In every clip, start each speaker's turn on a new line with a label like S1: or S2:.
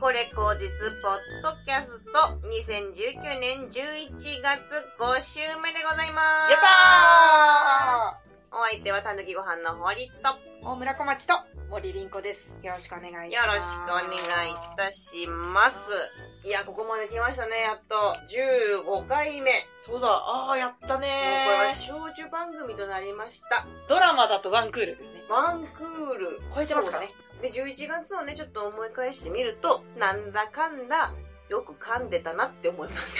S1: これ口実ポッドキャスト2019年11月5週目でございます
S2: やった
S1: お相手はたぬきご飯のホリと
S2: ー大村小町と森凛子です。よろしくお願いし
S1: よ
S2: ます。
S1: ろしくお願いいたしますいやここまで来ましたねやっと15回目もう
S2: そうだ、ああ、やった
S1: これは
S2: ね
S1: 長寿番組となりました
S2: ー。ドラマだとワンクールですね。
S1: ワンクール
S2: 超えてますかね。
S1: で11月をねちょっと思い返してみるとなんだかんだよく噛んでたなって思います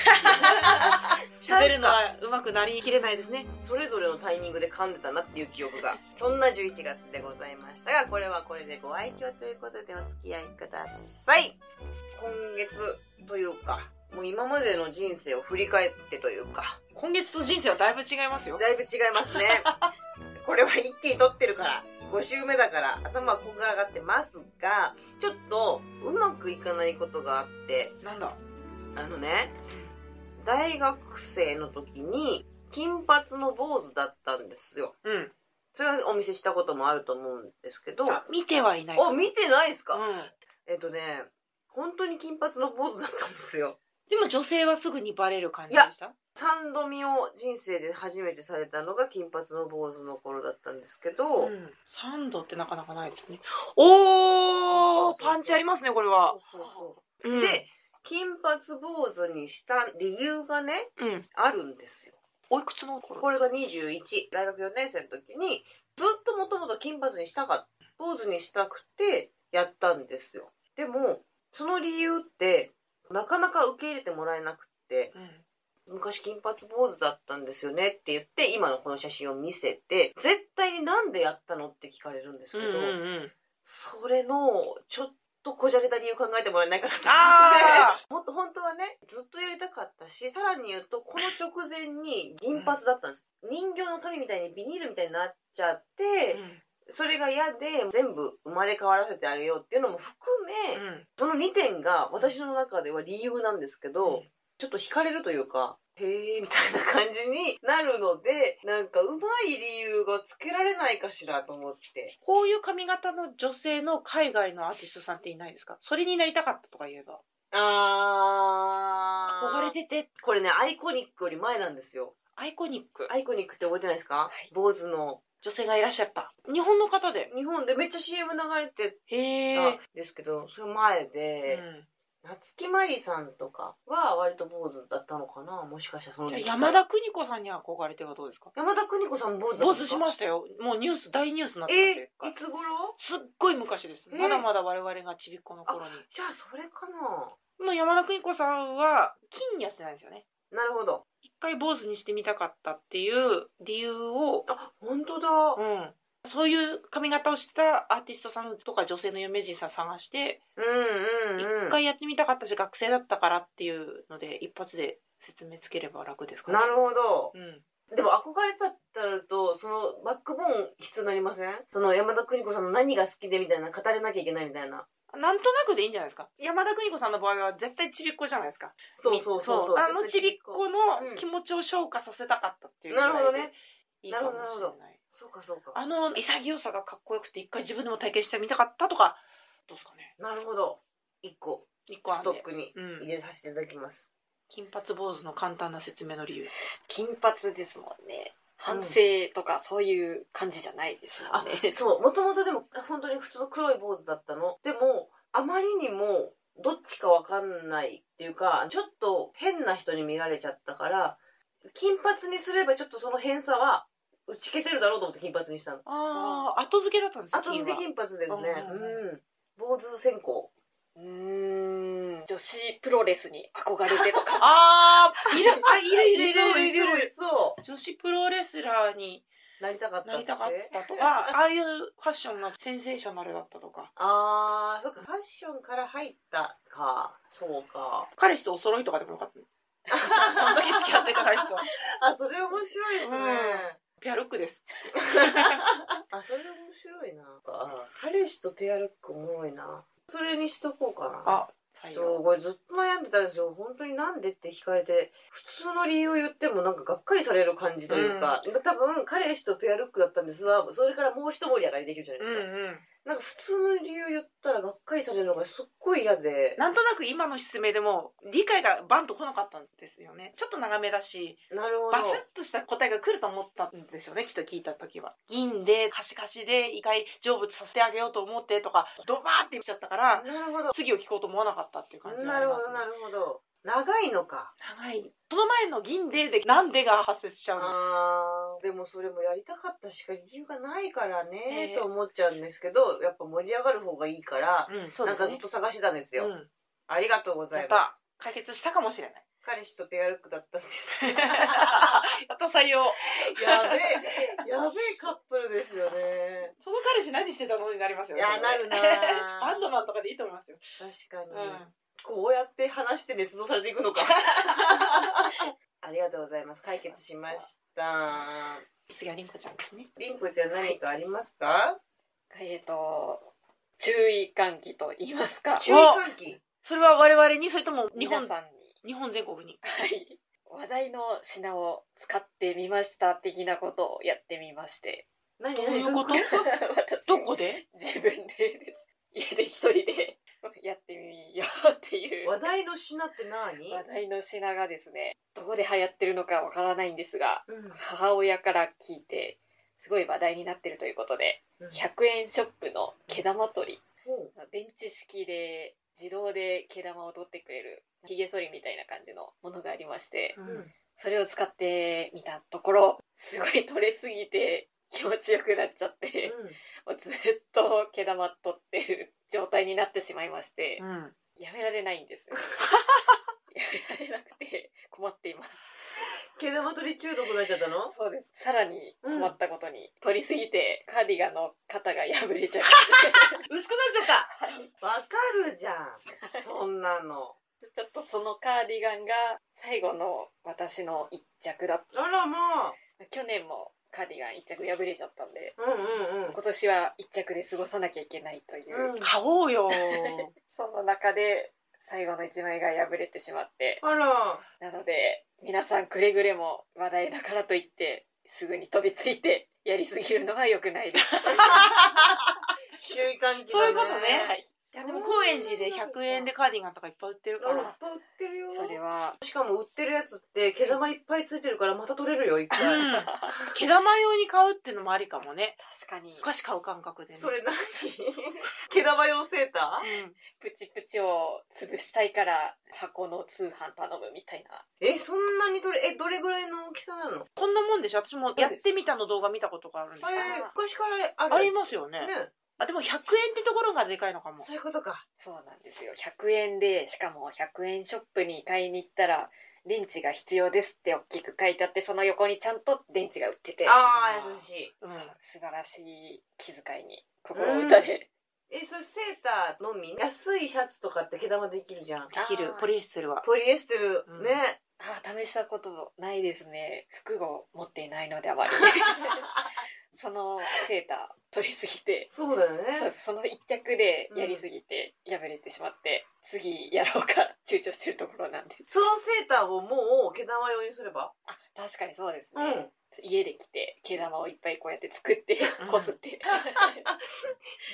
S2: 喋るのはうまくなりきれないですね。
S1: それぞれのタイミングで噛んでたなっていう記憶がそんな11月でございましたがこれはこれでご愛嬌ということでお付き合いください今月というかもう今までの人生を振り返ってというか
S2: 今月と人生はだいぶ違いますよ。
S1: だいぶ違いますねこれは一気に取ってるから5週目だから頭はこんがらがってますがちょっとうまくいかないことがあって
S2: なんだ
S1: あのね、大学生の時に、金髪の坊主だったんですよ。
S2: うん。
S1: それはお見せしたこともあると思うんですけど、
S2: あ見てはいない。
S1: お、見てないですか、
S2: うん。
S1: えっとね、本当に金髪の坊主だったんですよ。
S2: でも女性はすぐにバレる感じでした
S1: 三度見を人生で初めてされたのが金髪の坊主の頃だったんですけど、
S2: うん。3度ってなかなかないですね。おーパンチありますね、これは
S1: そう。そうそう
S2: うん
S1: で、金髪坊主にした理由がね、
S2: うん。
S1: あるんですよ。
S2: おいくつの頃
S1: これが21大学4年生の時にずっともともと金髪にしたかった坊主にしたくてやったんですよでもその理由ってなかなか受け入れてもらえなくって
S2: うん。
S1: 昔金髪坊主だったんですよねって言って今のこの写真を見せて絶対になんでやったのって聞かれるんですけど、
S2: うんうんうん
S1: それのちょっとこじゃれた理由考えてもらえないかなと思って
S2: あ
S1: もっと本当はねずっとやりたかったしさらに言うとこの直前に銀髪だったんです、人形の髪みたいにビニールみたいになっちゃっ
S2: ー
S1: て、それが嫌で全部生まれ変わらせてあげようっていうのも含め、その2点が私の中では理由なんですけど、
S2: うん
S1: ちょっと惹かれるというかへえみたいな感じになるのでなんかうまい理由がつけられないかしらと思って
S2: こういう髪型の女性の海外のアーティストさんっていないですかそれになりたかったとか言えば
S1: あ
S2: 憧れてて
S1: これねアイコニックより前なんですよ
S2: アイコニック
S1: アイコニックって覚えてないですか、
S2: い
S1: 坊主の
S2: 女性がいらっしゃった日本の方で
S1: 日本でめっちゃ CM 流れて
S2: へ
S1: た
S2: え
S1: ん、ですけど、それ前で、夏木マリさんとかは割と坊主だったのかなもしかしたらそ
S2: うん
S1: の
S2: じゃあ
S1: 時期
S2: 山田邦子さんに憧れてはどうですか
S1: 山田邦子さんも坊主だ
S2: 坊
S1: ったんで
S2: 主
S1: す
S2: し
S1: か
S2: ましたよもうニュース大ニュースになっ
S1: え
S2: てま
S1: ー、い
S2: す
S1: つ頃
S2: すっごい昔です
S1: えー
S2: まだまだ我々がちびっ子の頃に
S1: じゃあそれかな
S2: もう山田邦子さんは金にはしてないんですよね
S1: なるほど
S2: 一回坊主にしてみたかったっていう理由を
S1: あ本当だ
S2: うん、そういう髪型をしたアーティストさんとか女性の有名人さん探して
S1: うん
S2: 一、
S1: うんうん
S2: 回やってみたかったし学生だったからっていうので一発で説明つければ楽ですかね。
S1: なるほど
S2: うん、
S1: でも憧れたってなるとそのバックボーン必要になりませんその山田邦子さんの何が好きでみたいな語れなきゃいけないみたいな
S2: なんとなくでいいんじゃないですか山田邦子さんの場合は絶対ちびっ子じゃないですか
S1: そうそうそうそう
S2: あのちびっ子
S1: うん
S2: の気持ちを昇華させたかったっていうぐらいで
S1: なるほどね
S2: いいかもしれ
S1: なるほどなるほ
S2: ない
S1: そうかそうか
S2: あの潔さがかっこよくて一回自分でも体験してみたかったとかどうですかね
S1: なるほど一個
S2: 一個あ
S1: ス
S2: ん
S1: ト
S2: で
S1: ッ、クに
S2: うん
S1: 入、れさせていただきます、
S2: 金髪坊主の簡単な説明の理由
S3: 金髪ですもんね
S1: うん
S3: 反省とかそういう感じじゃないですもんね、
S1: そうもともとでも本当に普通の黒い坊主だったのでもあまりにもどっちかわかんないっていうかちょっと変な人に見られちゃったから金髪にすればちょっとその変さは打ち消せるだろうと思って金髪にしたの
S2: ああ、後付けだったんですよ。
S1: 後付け
S2: 金
S1: 金
S2: は
S1: 髪ですね
S2: うん
S1: うん坊主先行
S3: うーん女子プロレスに憧れてと か
S2: ああ、いる、 あ、いるいるい
S1: そう
S2: るいるいる。
S1: そ
S2: 女子プロレスラーに
S1: うなりたかった
S2: なりたか
S1: っ
S2: っ
S1: て
S2: たとか、ああいうファッションがセンセーショナルだったとか、
S1: あーそっかファッションから入ったかそうか
S2: 彼氏とお揃いとかでもよかったね。その時付き合ってた彼氏と。
S1: あそれ面白いですね、
S2: うんペアルックです。
S1: あそれ面白いなあ彼氏とペアルックおもろいなそれにしとこうかな
S2: あ、採
S1: そう
S2: 用。
S1: これずっと悩んでたんですよ本当になんでって聞かれて普通の理由を言ってもなんかがっかりされる感じというか、多分彼氏とペアルックだったんですがそれからもう一盛り上がりできるじゃないうで
S2: ん
S1: すか、
S2: うん。
S1: なんか普通の理由言ったらがっかりされるのがすっごい嫌で
S2: なんとなく今の説明でも理解がバンと来なかったんですよねちょっと長めだし
S1: なるほど
S2: バスッとした答えが来ると思ったんでしょうねきっと聞いた時は銀で貸し貸しで一回成仏させてあげようと思ってとかドバーって来ちゃったから
S1: なるほど
S2: 次を聞こうと思わなかったっていう感じが
S1: な
S2: あり
S1: る
S2: ま
S1: ほ
S2: す
S1: ど
S2: ね
S1: なるほど長いのか
S2: 長いその前の銀ででなんでが発生しちゃうの
S1: あーでもそれもやりたかったしか理由がないからね、
S2: えー
S1: と思っちゃうんですけどやっぱ盛り上がる方がいいから、
S2: うんそう
S1: な
S2: で
S1: んか
S2: す
S1: ずっ
S2: ね
S1: と探してたんですよ、
S2: うん
S1: ありがとうござ
S2: や
S1: い
S2: っ
S1: ます
S2: た解決したかも しれない
S1: 彼氏とペアルックだったんです
S2: やった採用
S1: やべえやべえカップルですよね
S2: その彼氏何してたのになりますよ
S1: い
S2: ね
S1: やなるな
S2: バンドマンとかでいいと思いますよ、
S1: 確かに、
S2: うん
S1: こうやって話して捏造されていくのか ありがとうございます解決しました
S2: 次はりんこちゃんですね
S1: りんこちゃん何かありますか
S3: えっと注意喚起と言いますか
S1: 注意喚起
S2: それは我々にそれとも日
S3: 皆
S2: 本
S3: さんに、
S2: 日本全国に
S3: はい、話題の品を使ってみました的なことをやってみまして
S1: 何
S2: どういうこと
S1: どういう
S3: 私
S2: どこで
S3: 自分で家で一人でやってみようってい
S1: こ
S3: う
S1: と話題の品って何
S3: 話題の品がですねどこで流行ってるのかわからないんですが
S1: うん
S3: 母親から聞いてすごい話題になってるということで
S1: うん
S3: 100円ショップの毛玉取り
S1: ほ
S3: 電池式で自動で毛玉を取ってくれるひげ剃りみたいな感じのものがありまして
S1: う
S3: それを使ってみたところすごい取れすぎて気持ちよくなっちゃってもうずっと毛玉取ってる状態になってしまいまして
S2: うんうん
S3: やめられないんですやめられなくて困っています
S1: 毛玉取り中毒になっちゃったの
S3: そうですさらに
S1: うん
S3: 困ったことに、取りすぎてカーディガンの肩が破れちゃいま
S2: 薄くなっちゃっ
S1: わかるじゃんそんなの
S3: すちょっとそのカーディガンが最後の私の一着だっ
S1: あらまあ
S3: た去年もカーディガン一着破れちゃったんで
S1: うんうんうん
S3: 今年は一着で過ごさなきゃいけないという、
S1: うん
S2: た買おう よ
S3: その中で最後の一枚が破れてしまって
S1: あ ら
S3: なので皆さんくれぐれも話題だからといってすぐに飛びついてやりすぎるのは良くないです。
S1: 注意喚起だね
S2: そういうことね
S3: はい、
S2: いやでも高円寺で100円でカーディガンとかいっぱい売ってるか
S1: あいっ
S2: ら
S1: ぱい売ってるよ
S3: それは
S1: しかも売ってるやつって毛玉いっぱいついてるからまた取れるよ一回、
S2: うん毛玉用に買うってのもありかもね
S3: 確かに
S2: お菓子買う感覚でね
S1: それ何毛玉用セーター
S2: うん
S3: プチプチを潰したいから箱の通販頼むみたいな
S1: えそんなに取れえどれぐらいの大きさなの
S2: こんなもんでしょ私もやってみたの動画見たことがあるんです
S1: あれ
S3: あ
S1: 昔からある
S2: あり
S1: ま
S2: ますよね
S1: ね
S2: あでも100円ってところがでかいのかも
S1: そういうことか
S3: そうなんですよ100円でしかも100円ショップに買いに行ったら電池が必要ですって大きく書いてあってその横にちゃんと電池が売ってて
S1: ああ優しい
S2: うん
S3: 素晴らしい気遣いに心を打たれ、
S1: えそれセーターのみ安いシャツとかって毛玉できるじゃん
S2: できる
S3: あー
S2: ポリエステルは
S1: ポリエステル、
S2: うん
S1: ね
S3: ああ試したことないですね服を持っていないのであまりそのセーター取りすぎて
S1: そうだよ
S3: そう
S1: ね
S3: その一着でやりすぎて破れてしまって、次やろうか躊躇してるところなんで
S1: そのセーターをもう毛玉用にすれば
S3: あ確かにそうです
S1: う
S3: ね、
S1: ん
S3: 家で来て毛玉をいっぱいこうやって作って
S2: うん
S3: こすって、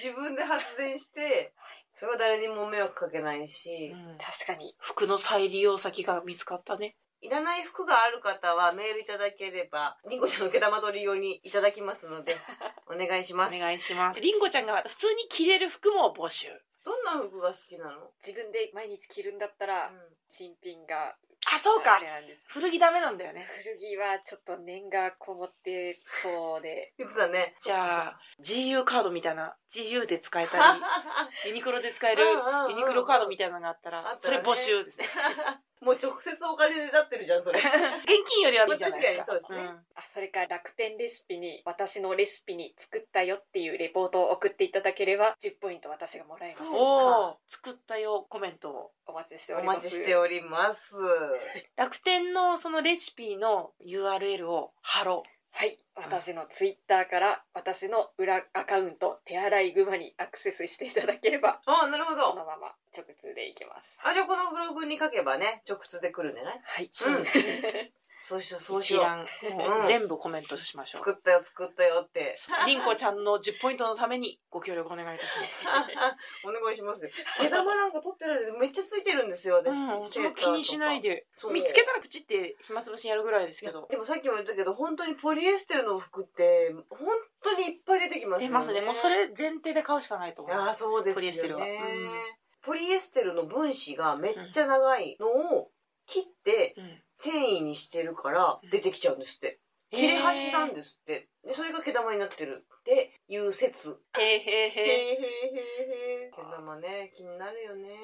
S1: 自分で発電してそれは誰にも迷惑かけないし、
S2: うん
S3: 確かに
S2: 服の再利用先が見つかったね
S1: いらない服がある方はメールいただければりんごちゃんの毛玉取り用にいただきますのでお願いし
S2: お
S1: ます
S2: 願いしますりんごちゃんが普通に着れる服も募集
S1: どんな服が好きなの、
S3: 自分で毎日着るんだったら新品が
S2: あそうか
S3: あれなんです
S2: 古着ダメなんだよね
S3: 古着はちょっと念がこもってそうで
S1: 言ってたね
S2: じ ゃあ GU カードみたいな GU で使えたりユニクロで使える
S1: うんうんうん
S2: ユニクロカードみたいなのがあった
S1: あ
S2: ら
S1: っ
S2: そ
S1: たら
S2: れ
S1: ね
S2: 募集ですね
S1: もう直接お金で立ってるじゃんそれ
S2: 現金よりはいいじゃないですか
S1: まあ確かにそうです
S2: ん
S3: あそれか楽天レシピに私のレシピに作ったよっていうレポートを送っていただければ10ポイント私がもらえます
S1: そう
S2: おお作ったよコメントを
S3: お待ちしてお
S1: お
S3: ります
S1: 待ちしております
S2: 楽天のそのレシピの URL を貼ろ、
S3: はい私のツイッターから私の裏アカウント手洗いグマにアクセスしていただければ
S1: あなるほ
S3: そ
S1: ど
S3: のまま直通でいけます
S1: あじゃあこのブログに書けばね直通で来るんじゃない
S3: はいう
S1: うん
S2: そうですね
S1: そうしようそうし
S2: 一
S1: よう
S2: 覧もう全部コメントしましょう
S1: 作ったよ作ったよ って
S2: りんこちゃんの10ポイントのためにご協力お願いいたし
S1: お願いしますよ 毛玉なんか取ってるんでめっちゃついてるんですよ私、
S2: ます、うん、そ
S1: セータ
S2: の
S1: ーと
S2: 気
S1: か
S2: にしないで
S1: そう
S2: 見つけたらプチって暇つぶしにやるぐらいです
S1: い
S2: け
S1: や
S2: ど
S1: でもさっきも言ったけど本当にポリエステルの服って本当にいっぱい出てきます
S2: 出
S1: よね
S2: ますねもうそれ前提で買うしかないと思い
S1: あ
S2: ま
S1: あ
S2: す
S1: そうですよね
S2: ポリエステルはうん
S1: ポリエステルの分子がめっちゃ長いのを切って
S2: うん
S1: 繊維にしてるから出てきちゃうんですって切れ端なんですってでそれが毛玉になってるっていう説
S2: へ
S1: へ
S2: えへえ
S1: ー
S2: へえ
S1: へーへーへー毛玉ね気になるよね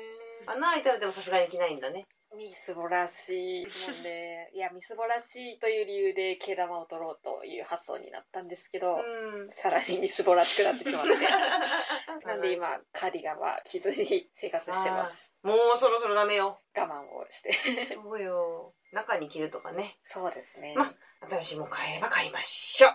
S1: 穴開いたらでもさすがに着ないんだね
S3: みすぼらしいもん で、いや、みすぼらしいという理由で毛玉を取ろうという発想になったんですけど、
S1: うん
S3: さらにみすぼらしくなってしまって、 なんで
S1: 悲し
S3: 今、カーディガンは着ずに生活してます。
S1: いもうそろそろダメよ
S3: 我慢をして。
S1: そうよ中に着るとかね
S3: そうですね。
S1: ま新しいもの買えれば買いましょう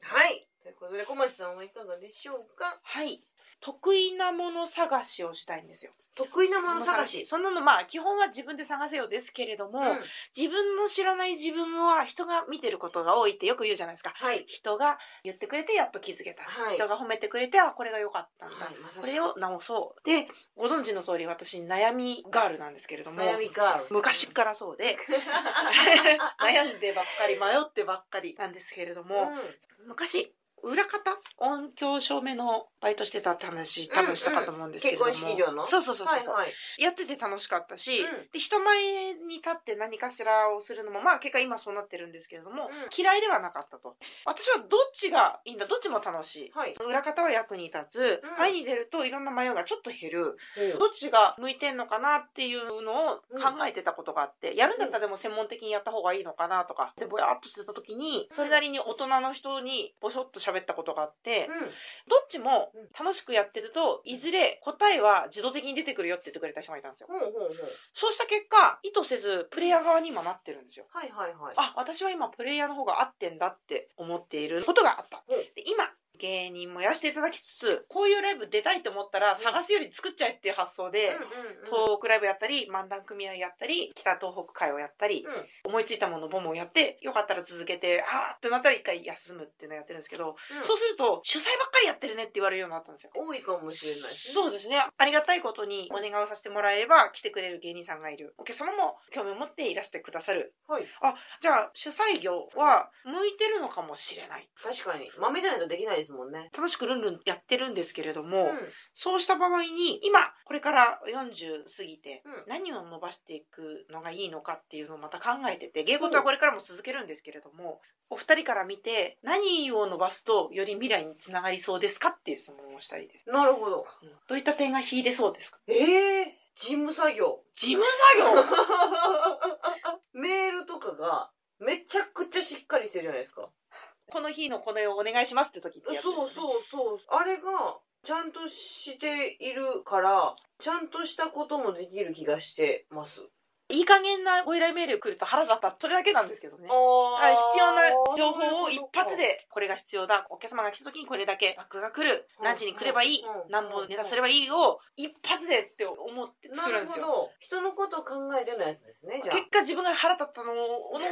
S1: はいということで小町さんはいかがでしょうか
S2: はい得意なもの探しをしたいんですよ
S1: 得意なもの探し
S2: そんなのまあ基本は自分で探せよですけれども、
S1: うん
S2: 自分の知らない自分は人が見てることが多いってよく言うじゃないですか
S1: はい
S2: 人が言ってくれてやっと気づけた、
S1: はい
S2: 人が褒めてくれてあこれが良かったんだ、
S1: はいまさ
S2: こ
S1: し
S2: れを
S1: く
S2: 直そうでご存知の通り私悩みガールなんですけれども
S1: 悩みガール
S2: 昔からそうで悩んでばっかり迷ってばっかりなんですけれども、
S1: う
S2: 昔裏方音響照明のバイトしてたって話多分したかと思うんですけれども、
S1: うんうん結婚式場の
S2: そうそうそ
S1: ん
S2: うそう、
S1: はいはい
S2: やってて楽しかったし、
S1: うん
S2: で人前に立って何かしらをするのもまあ結果今そうなってるんですけれども、
S1: うん
S2: 嫌いではなかったと私はどっちがいいんだどっちも楽しい
S1: はい
S2: 裏方は役に立つ、
S1: うん
S2: 前に出るといろんな迷いがちょっと減るどっちが向いてんのかなっていうのを考えてたことがあって、やるんだったらでも専門的にやった方がいいのかなとかでぼやっとしてた時にそれなりに大人の人にぼそっと喋ったことがあって、どっちも楽しくやってるといずれ答えは自動的に出てくるよって言ってくれた人がいたんですよ
S1: うんほうほうほう
S2: そうした結果意図せずプレイヤー側に今なってるんですよ
S1: はいはいはい
S2: あ私は今プレイヤーの方が合ってんだって思っていることがあった
S1: うん
S2: で今芸人もやらせていただきつつこういうライブ出たいと思ったら探すより作っちゃえっていう発想で、
S1: う
S2: 東北ライブやったり漫談組合やったり北東北会をやったり
S1: んうんうん
S2: 思いついたものボンボンやってよかったら続けてあーってなったら一回休むっていうのやってるんですけ
S1: う
S2: ど、
S1: ん
S2: そうすると主催ばっかりやってるねって言われるようになったんですよ。
S1: 多いかもしれないし
S2: そうですねありがたいことにお願いをさせてもらえれば来てくれる芸人さんがいるお客様も興味を持っていらしてくださる
S1: はい
S2: じゃあ主催業は向いてるのかもしれない
S1: 確かに豆じゃないとできないですもんね
S2: 楽しくルンルンやってるんですけれど
S1: う
S2: も、
S1: ん
S2: そうした場合に今これから40過ぎて
S1: うん
S2: 何を伸ばしていくのがいいのかっていうのをまた考えてて芸事はこれからも続けるんですけれどもお二人から見て何を伸ばすとより未来につながりそうですかっていう質問をしたいです、
S1: なるほど
S2: うんどういった点が秀でそうですか
S1: ええ事務作 業
S2: 事務作業
S1: メールとかがめちゃくちゃしっかりしてるじゃないですか
S2: この日のこの絵をお願いしますって時ってやつですね、
S1: そうそうそうあれがちゃんとしているからちゃんとしたこともできる気がしてます
S2: いい加減なご依頼メール来ると腹立ったそれだけなんですけどねはい必要な情報を一発でこれが必要だお客様が来た時にこれだけバックが来る
S1: うん
S2: 何時に来ればいい
S1: うん
S2: 何本ネタすればいいを一発でって思って
S1: な
S2: 作るん
S1: る
S2: です
S1: ほ
S2: よ。
S1: ど人のことを考えてのやつですねじゃあ
S2: 結果自分が腹立ったの をの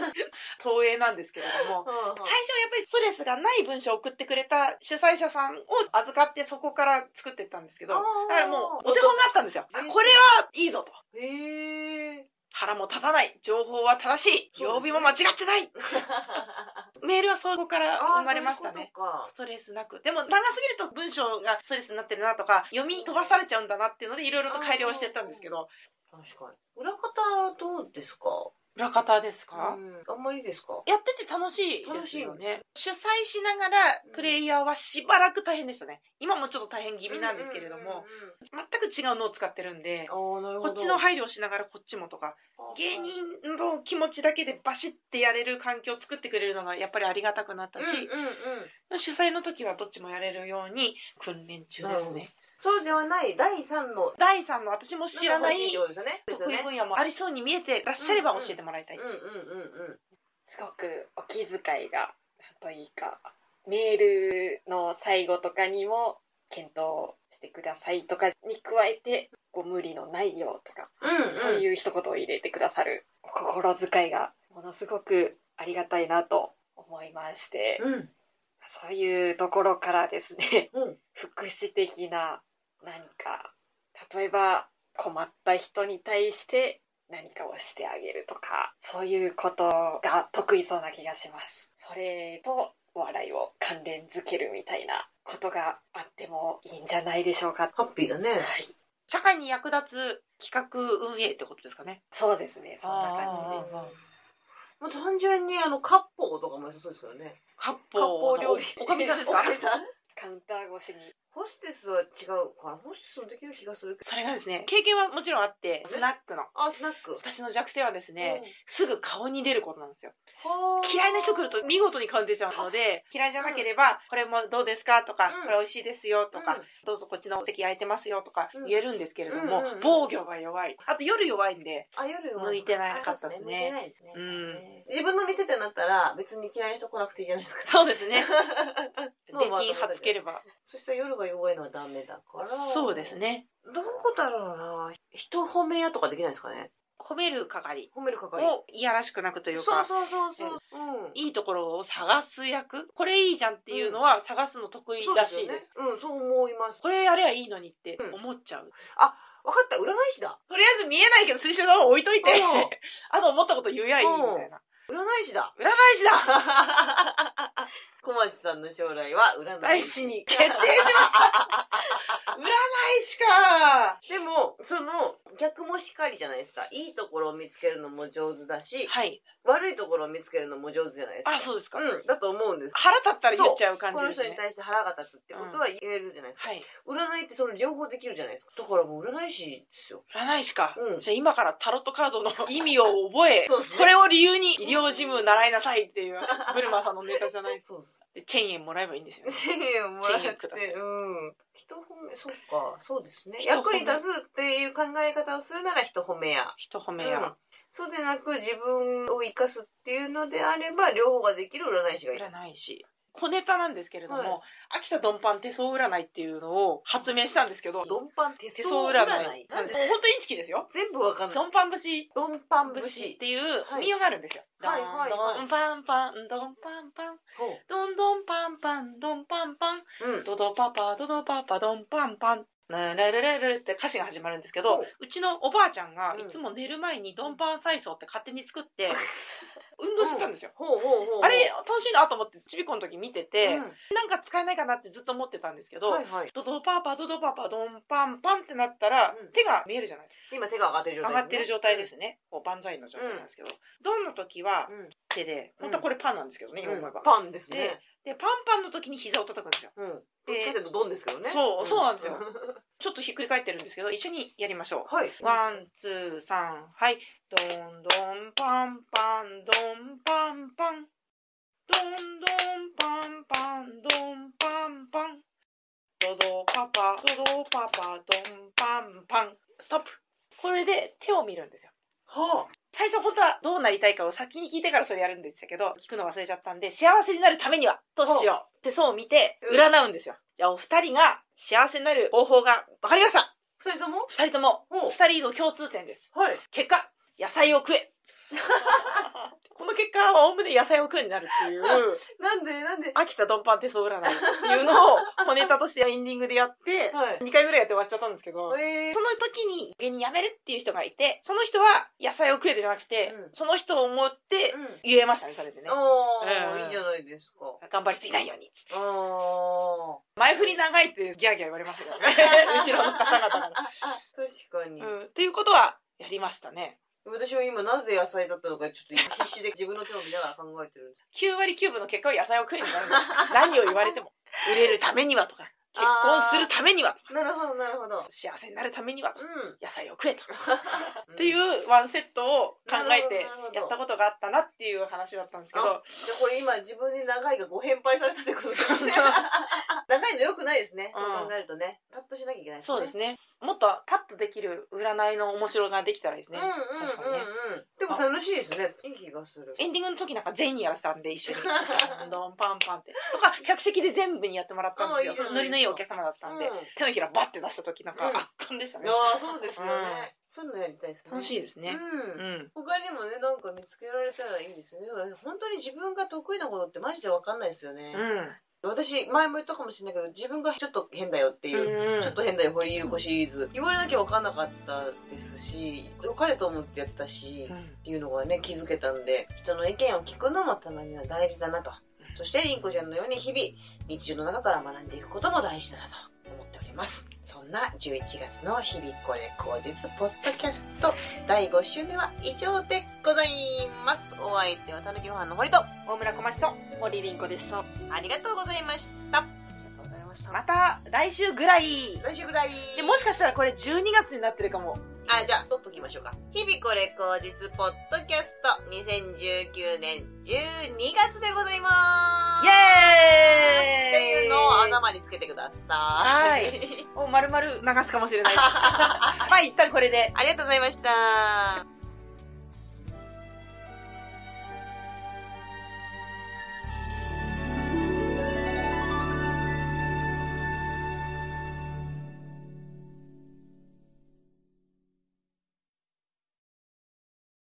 S2: 投影なんですけれども。
S1: うんうん
S2: 最初はやっぱりストレスがない文章を送ってくれた主催者さんを預かってそこから作っていったんですけど
S1: あ
S2: だ
S1: ー
S2: からもうお手本があったんですよあこれはいいぞと
S1: へ え
S2: 腹も立たない情報は正しい曜日も間違ってないメールはそこから生まれましたねストレスなくでも長すぎると文章がストレスになってるなとか読み飛ばされちゃうんだなっていうのでいろいろと改良してったんですけど
S1: 確かに裏方どうですか
S2: 裏方ですか、
S1: うんあんまりですか
S2: やってて楽しいですよ
S1: 楽しいで
S2: ね主催しながらプレイヤーはしばらく大変でしたね今もちょっと大変気味なんですけれども、全く違うのを使ってるんで
S1: あーなるほ
S2: こ
S1: ど
S2: っちの配慮をしながらこっちもとか芸人の気持ちだけでバシッてやれる環境を作ってくれるのがやっぱりありがたくなったし、
S1: うんうんうん
S2: 主催の時はどっちもやれるように訓練中
S1: な
S2: で
S1: る
S2: す
S1: ほど
S2: ね
S1: そうではない第三の
S2: 第3の私も知らない
S1: んか欲しってことですよねですよ
S2: 得
S1: ね
S2: 意分野もありそうに見えてらっしゃれば教えてもらいたい、
S1: うんうんうんうん
S3: すごくお気遣いが、なんといいか、メールの最後とかにも、検討してくださいとかに加えて、ご無理のないようとか、
S1: うんうん、
S3: そういう一言を入れてくださるお心遣いが、ものすごくありがたいなと思いまして、
S1: うん
S3: そういうところからですね、
S1: うん
S3: 福祉的な何か例えば困った人に対して何かをしてあげるとかそういうことが得意そうな気がしますそれとお笑いを関連づけるみたいなことがあってもいいんじゃないでしょうか
S1: ハッピーだね
S3: はい
S2: 社会に役立つ企画運営ってことですかね。
S3: そうですねそんな
S2: あ
S3: 感
S2: ー
S3: じです
S1: もう単純にあの割烹とかも良さそうですよね
S2: 割
S1: 割
S2: 烹
S1: 烹料理
S2: おかみさんですか
S1: おかみさん
S3: カウンター越しに
S1: ホステスは違うかなホステスもできる気がするけど
S2: それがですね経験はもちろんあってスナックの
S1: あスナック
S2: 私の弱点はですね、すぐ顔に出ることなんですよ
S1: うん
S2: 嫌いな人来ると見事に顔に出ちゃうので嫌いじゃなければこれもどうですかとか、
S1: うん
S2: これ美味しいですよとか、
S1: うん
S2: どうぞこっちのお席空いてますよとか
S1: うん
S2: 言えるんですけれども、
S1: うんうんうん
S2: 防御が弱いあと夜弱いんで
S1: あ夜は
S2: 向いてなかったですね
S1: あそうですね向いてないですね、
S2: う
S1: 自分の店ってなったら別に嫌いな人来なくていいじゃないですか
S2: そう ですね出
S1: まあまあ
S2: 禁はつければ
S1: そしたら夜が弱いのはダメだから
S2: そうですね
S1: どうだろうな人褒め屋とかできないですかね
S2: 褒める係
S1: 褒める係
S2: をいやらしくなくというか
S1: そうそうそうそう、うん、
S2: いいところを探す役これいいじゃんっていうのは探すの得意らしいです,、
S1: そうよねうんそう思います
S2: これやればいいのにって思っちゃう、
S1: 分かった占い師 だ
S2: とりあえず見えないけど水晶玉置いといて、
S1: うん
S2: あと思ったこと言えばいいみたいな。
S1: 占い師だ
S2: 占い師だ
S1: 小町さんの将来は占
S2: 大
S1: い
S2: 師
S1: 師
S2: に決定 しました占い師か
S1: でもその逆もしかりじゃないですかいいところを見つけるのも上手だし
S2: はい。
S1: 悪いところを見つけるのも上手じゃないですか
S2: あ、そうですか。
S1: うんだと思うんです
S2: 腹立ったら言っちゃう感
S1: この
S2: じで
S1: 人
S2: す
S1: に
S2: ね。
S1: 対して腹が立つってことは言えるじゃないですか、
S2: はい。
S1: 占いってその両方できるじゃないですかだからもう占い師ですよ
S2: 占い師か。
S1: うん
S2: じゃあ今からタロットカードの意味を覚え、
S1: そうですね
S2: これを理由に医療事務習いなさいっていう、ブルマーさんのネタじゃないです
S1: そうです
S2: でチェーン円もらえばいいんですよ ね。
S1: 1000円もらって
S2: 1000円ください
S1: うん人褒めそっかそうですね
S2: 人褒
S1: 役
S2: め
S1: に立つっていう考え方をするなら人褒めや
S2: 一褒め
S1: うん
S2: や、
S1: そうでなく自分を生かすっていうのであれば両方ができる占い師がいい
S2: 占い師。小ネタなんですけれども、
S1: は
S2: 秋田ドンパン手相占いっていうのを発明したんですけど、
S1: ドンパン手
S2: 手
S1: 相
S2: 相
S1: 占
S2: 占
S1: い
S2: い。
S1: な
S2: なんん
S1: で
S2: です本当にインチキですよ。
S1: 全部わかんない
S2: ドンパン節
S1: ドンパン
S2: 節っ
S1: 節
S2: ていう
S1: はい
S2: 民謡があるんですよ。
S1: はいはいはい
S2: ドンパンパン、ドンパンパン、ドンドンパンパン、ドンパンパン、
S1: うん
S2: ドドパパ、ドドパパ、ドンパンパン。ラララララって歌詞が始まるんですけ
S1: ほ
S2: ど
S1: う
S2: うちのおばあちゃんが
S1: うん
S2: いつも寝る前にドンパン体操って勝手に 作って運動してたんですよ。
S1: ほうほうほうほう
S2: あれ楽しいなと思ってちびっこの時見てて、
S1: うん
S2: なんか使えないかなってずっと思ってたんですけど、
S1: はいはい
S2: ドドパパドドパパドンパンパンってなったら、
S1: うん
S2: 手が見えるじゃない
S1: 今手が上がってる状態
S2: 上
S1: ですね
S2: がってる状態ですね、こう万歳の状態なんですけど、ドンの時は
S1: うん
S2: 手で
S1: うん
S2: 本当はこれパンなんですけどね、今
S1: う
S2: 思え
S1: ん
S2: ば
S1: パンですね
S2: でパンパンの時に膝を叩くんですよ
S1: うんど
S2: で
S1: っちかというとドンですけどね
S2: そうそうなんですよ
S1: は
S2: ちょっとひっくり返ってるんですけど一緒にやりましょう
S1: い
S2: ワンツーサンはいドンドンパンパンドンパンパンドンドンパンパンドンパンパンドドパパドドパパドンパンパンストップこれで手を見るんですよ
S1: はあ
S2: 最初本当はどうなりたいかを先に聞いてからそれやるんでしたけど聞くの忘れちゃったんで幸せになるためにはどうしようってそう見て
S1: うん
S2: 占うんですよ、じゃあお二人が幸せになる方法が分かりました
S1: それとも
S2: 二人とも
S1: ほう
S2: 二人の共通点です
S1: はい
S2: 結果野菜を食えこの結果はおおむね野菜を食うになるっていう
S1: なんでなんで
S2: 秋田ドンパン手相占いっていうのを小ネタとしてエンディングでやって
S1: はい
S2: 2回ぐらいやって終わっちゃったんですけど
S1: えー
S2: その時に芸人辞めるっていう人がいてその人は野菜を食えてじゃなくて、
S1: うん
S2: その人を思って
S1: うん
S2: 言えましたねそれでね
S1: お
S2: うん
S1: ーいいじゃないですか
S2: 頑張りすぎないようにっつって
S1: あー
S2: 前振り長いってギャーギャー言われましたけどね後ろの方々か
S1: 確
S2: ら、
S1: かに、
S2: うん、っていうことはやりましたね
S1: 私は今なぜ野菜だったのかちょっと今必死で自分の手を見ながら考えてるんです
S2: 9割9分の結果は野菜を食えに なるんです何を言われても売れるためにはとか結婚するためにはとか
S1: なるほどなるほど
S2: 幸せになるためにはとか
S1: う
S2: 野菜を食えとか
S1: ん
S2: っていううワンセットを考えて
S1: なるほどなるほど
S2: やったことがあったなっていう話だったんですけ
S1: あ
S2: ど
S1: じゃあこれ今自分に長いがご返杯されたってことですよね
S2: そう
S1: 長いのよくないですね、
S2: うん
S1: そう考えるとねパッとしなきゃいけない
S2: そうです
S1: ね
S2: ねもっとパッとできる占いの面白ができたらいいですね、
S1: うんうんうん
S2: 確かにね
S1: うんでも楽しいですねいい気がする
S2: エンディングの時なんか 全員にやらせたんで一緒にどんどんパンパンってとか客席で全部にやってもらったんですよ
S1: ああいいじゃ
S2: そ
S1: ない
S2: のノリのいいお客様だったんで、
S1: うん
S2: 手のひらバッて出した時なんか
S1: うん
S2: 圧巻でしたね、
S1: ああそうですよね、
S2: うん
S1: そういうのやりたいですね
S2: 楽しいですね
S1: うん
S2: うん
S1: 他にもねなんか見つけられたらいいですよねだから本当に自分が得意なことってマジで分かんないですよね
S2: う、ん
S1: 私前も言ったかもしれないけど自分がちょっと変だよっていう、
S2: うん
S1: ちょっと変だよ堀井優子シリーズ言われなきゃ分かんなかったですし良かれと思ってやってたし、
S2: う
S1: っ
S2: ん
S1: ていうのがね気づけたんで人の意見を聞くのもたまには大事だなとそしてりんこちゃんのように日々日常の中から学んでいくことも大事だなと思っておりますそんな11月の「日々これ口実」ポッドキャスト第5週目は以上でございますお相手はたぬきご飯の堀と
S2: 大村小町と
S3: 森凛子でしたあ
S1: ありがとうございました
S3: りがとうございました
S2: また来週ぐらい
S1: 来週ぐらい
S2: でもしかしたらこれ12月になってるかも
S1: あ、じゃあ、撮っときましょうか。日々これ口実ポッドキャスト2019年12月でございま
S2: イ
S1: す。
S2: エーイ
S1: っていうのを頭につけてください。
S2: はを丸々流すかもしれないですまあ一旦これで
S1: ありがとうございました。